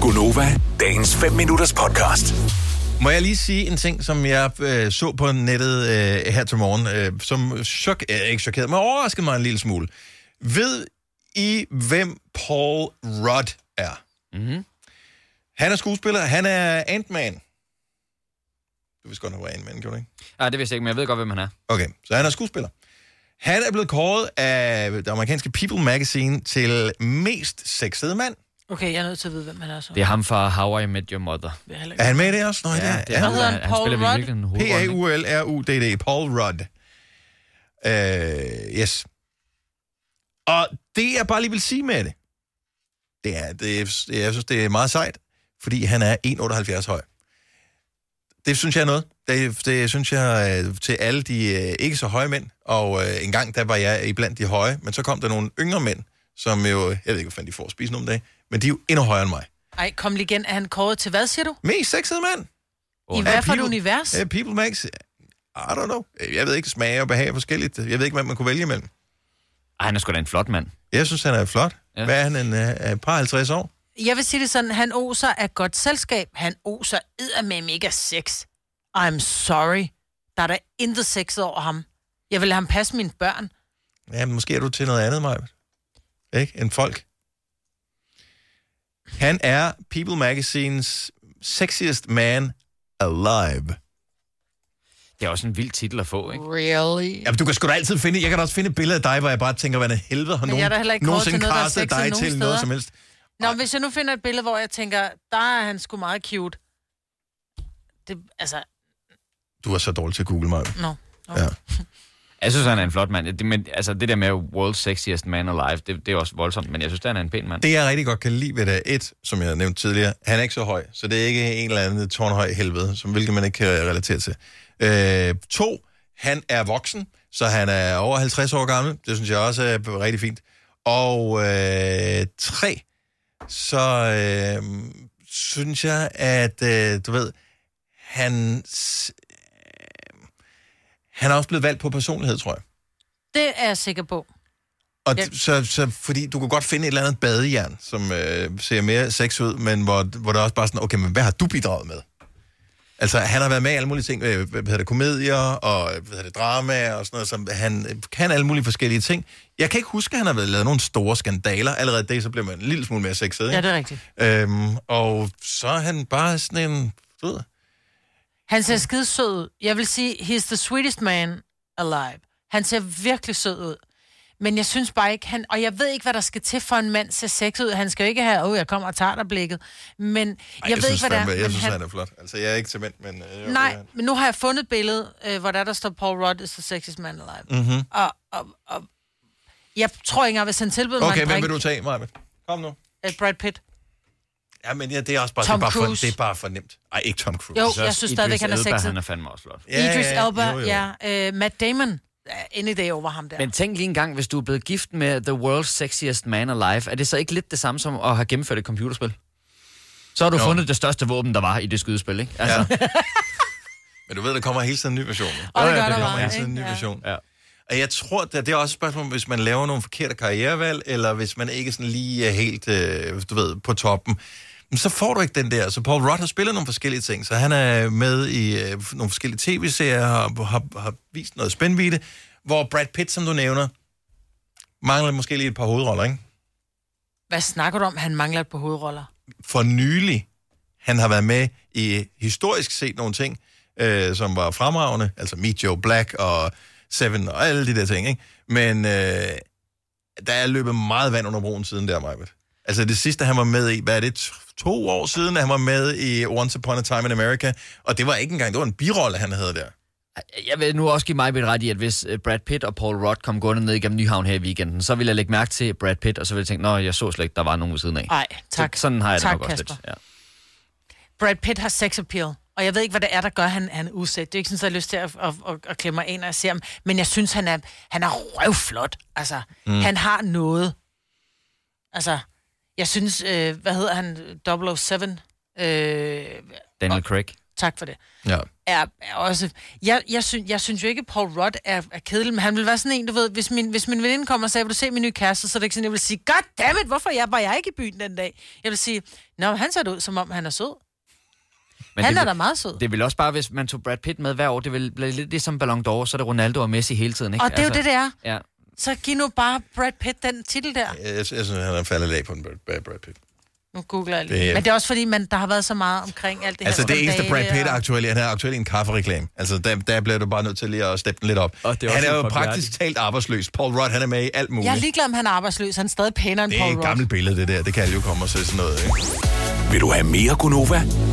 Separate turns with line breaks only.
Gunova, dagens 5 minutters podcast.
Må jeg lige sige en ting, som jeg øh, så på nettet øh, her til morgen, øh, som chok, øh, ikke chokeret, men overraskede mig en lille smule. Ved I, hvem Paul Rudd er? Mm-hmm. Han er skuespiller, han er Ant-Man. Du vidste godt, han var Ant-Man, gjorde du ikke?
Nej, Ah, det vidste jeg ikke, men jeg ved godt, hvem han er.
Okay, så han er skuespiller. Han er blevet kåret af det amerikanske People Magazine til mest sexede mand.
Okay, jeg er nødt til at vide, hvem han er så.
Det er ham fra How I Met Your Mother.
Det er heller
Er
ikke.
han med i det også? Nå, ja,
det
det
er
er
Hvad
ham,
hedder
der-
han?
han
Paul
spiller
Rudd?
virkelig en hovedrolle. ikke?
P-A-U-L-R-U-D-D. Paul Rudd. Øh, yes. Og det, jeg bare lige vil sige med det, det er, det, er- jeg synes, det er meget sejt, fordi han er 1,78 høj. Det synes jeg er noget. Det, det synes jeg øh, til alle de øh, ikke så høje mænd. Og øh, en gang, der var jeg iblandt de høje, men så kom der nogle yngre mænd, som jo, jeg ved ikke, hvad fanden de får at spise nogle dage, men de er jo endnu højere end mig.
Ej, kom lige igen. Er han kåret til hvad, siger du?
Mest sexede mand.
I
Ja,
hvad for et
people-
univers?
Ja, People Max. I don't know. Jeg ved ikke, smage og behag er forskelligt. Jeg ved ikke, hvad man kunne vælge imellem.
Ej, han er sgu da en flot mand.
Jeg synes, han er flot. Ja.
Ja.
Hvad er han, en uh, par 50 år?
Jeg vil sige det sådan, han oser af godt selskab. Han oser eddermame ikke af sex. I'm sorry. Der er da intet sex over ham. Jeg vil lade ham passe mine børn.
Ja, men måske er du til noget andet, Maja. Ikke? End folk. Han er People Magazines sexiest man alive.
Det er også en vild titel at få, ikke?
Really?
Jamen, du kan sgu da altid finde... Jeg kan da også finde et billede af dig, hvor jeg bare tænker, hvordan helvede har
Men jeg er da heller
nogen
ikke kåret til noget, der er
castet dig
sexet nogen
til noget
steder.
som helst.
Nå, men hvis jeg nu finder et billede, hvor jeg tænker, der er han sgu meget cute. Det, altså,
Du er så dårlig til at google mig.
nå. No.
Ja.
Ja.
Jeg synes, han er en flot mand. Det, men, altså, det der med world sexiest man alive, det, det er også voldsomt, men jeg synes, han er en pæn mand. Det...
Det, jeg rigtig godt kan lide ved det, er et, som jeg nævnte tidligere, han er ikke så høj, så det er ikke en eller anden tårnhøj helvede, som hvilket man ikke kan relatere til. Øh, to, han er voksen, så han er over 50 år gammel. Det synes jeg også er rigtig fint. Og øh, tre, så øh, synes jeg, at øh, du ved, han, s- øh, han er også blevet valgt på personlighed, tror jeg.
Det er jeg sikker på.
Og
Ja.
d- så, så, fordi du kan godt finde et eller andet badejern, som øh, ser mere sex ud, men hvor, hvor der også bare sådan, okay, men hvad har du bidraget med? Altså, han har været med i alle mulige ting, øh, hvad hedder det, komedier og øh, hvad hedder det, drama og sådan noget, som han øh, kan alle mulige forskellige ting. Jeg kan ikke huske, at han har været lavet nogle store skandaler. Allerede det, så bliver man en lille smule mere sexet,
Ja,
ikke?
det er rigtigt.
Ja, øhm, og så er han bare sådan en, du ved,
Han ser skidesød ud. Jeg vil sige, he's the sweetest man alive. Han ser virkelig sød ud. Men jeg synes bare ikke, han... Og jeg ved ikke, hvad der skal til for en mand ser sex ud. Han skal jo ikke have, åh, oh, jeg kommer og tager dig blikket. Men jeg,
Ej,
jeg ved
synes,
ikke, hvad det er.
fandme- Jeg
men
synes,
han-
han... han er flot. Altså, jeg er ikke til mænd, men... Øh, jeg-
Nej, men nu har jeg fundet et billede, øh, hvor der, der står Paul Rudd is the sexiest man alive. Mm-hmm. Og, og, og, jeg tror ikke engang, hvis han tilbød mig
Okay,
en
hvem
drink,
vil du tage, Maja? Kom nu.
øh, Brad Pitt.
Ja, men ja, det er også bare,
Tom
det er bare for,
Cruise.
det er bare for nemt. Ej, ikke Tom Cruise.
Jo, jeg synes stadigvæk, han er
Elba,
sexet.
han er fandme også flot.
Ja,
Idris
ja,
Elba,
jo, jo.
ja. Øh, Matt Damon, Ja, any day over ham der.
Men tænk lige en gang, hvis du er blevet gift med The World's Sexiest Man Alive, er det så ikke lidt det samme som at have gennemført et computerspil? Så har du
Jo.
jo. fundet det største våben, der var i det skydespil, ikke? Altså, ja.
Men du ved, der kommer hele tiden en ny version. Der
og det
ja,
gør
det
der
kommer
bare,
kommer hele tiden en
ikke?
ny
Ja.
version.
Ja.
Og jeg tror, det, det er også et spørgsmål, om, hvis man laver nogle forkerte karrierevalg, eller hvis man ikke sådan lige er helt, øh, du ved, på toppen. Men så får du ikke den der. Så Paul Rudd har spillet nogle forskellige ting, så han er med i øh, nogle forskellige tv-serier, har, har, har vist noget spændvidde, hvor Brad Pitt, som du nævner, mangler måske lige et par hovedroller, ikke?
Hvad snakker du om, han mangler på hovedroller?
for nylig, han har været med i historisk set nogle ting, øh, som var fremragende, altså Meet Joe Black og Seven og alle de der ting, ikke? Men øh, der er løbet meget vand under broen siden der, Majbet. Altså det sidste, han var med i, hvad er det, t- to år siden, at han var med i Once Upon a Time in America, og det var ikke engang, det var en birolle, han havde der.
Jeg vil nu også give mig et ret i, at hvis øh, Brad Pitt og Paul Rudd kom gående ned igennem Nyhavn her i weekenden, så ville jeg lægge mærke til Brad Pitt, og så ville jeg tænke, nå, jeg så slet ikke, der var nogen ved siden af.
Nej, tak.
Så, sådan har jeg det
tak,
nok også
Kasper.
lidt. Ja.
Brad Pitt har sex appeal, og jeg ved ikke, hvad det er, der gør, han, han er usæt. Det er ikke sådan, at jeg har lyst til at, at, at, at klemme mig ind og se ham, men jeg synes, han er, han er røvflot. Altså, mm. han har noget. Altså, jeg synes, øh, hvad hedder han, 007? Øh,
Daniel Craig.
tak for det.
Ja.
er, er også... Jeg, jeg, synes, jeg synes jo ikke, at Paul Rudd er, er kedelig, men han vil være sådan en, du ved, hvis min, hvis min veninde kommer og sagde, vil du se min nye kæreste, så er det ikke sådan, jeg vil sige, god dammit, hvorfor jeg, var jeg ikke i byen den dag? Jeg vil sige, nå, han ser det ud, som om han er sød.
Men
han
det,
er
vil-
da meget sød. Det,
Det vil også bare, hvis man tog Brad Pitt med hver år, det ville blive lidt ligesom Ballon d'Or, så er det Ronaldo og Messi hele tiden, ikke? Altså,
og det
Altså-
er jo det, det er.
Ja.
Så giv nu bare Brad Pitt den titel der.
Jeg, jeg synes, han er faldet lag på en Brad, Brad Pitt.
Nu googler jeg
Det
lige.
er-
Men det er også fordi, man, der har været så meget omkring alt det
Altså
her.
det eneste
skandale
Brad Pitt er
og-
aktuel i, han er aktuel i en kaffereklame. Altså der, der bliver du bare nødt til lige at steppe den lidt op.
Og det er
han
også
er jo
en
praktisk talt arbejdsløs. Paul Rudd, han er med i alt muligt.
Jeg er ligeglad, om han er arbejdsløs. Han er stadig pænere end
det er
Paul
et
Rudd.
gammelt billede, det der. Det kan alle jo komme og se sådan noget, ikke?
Vil du have mere Gunova?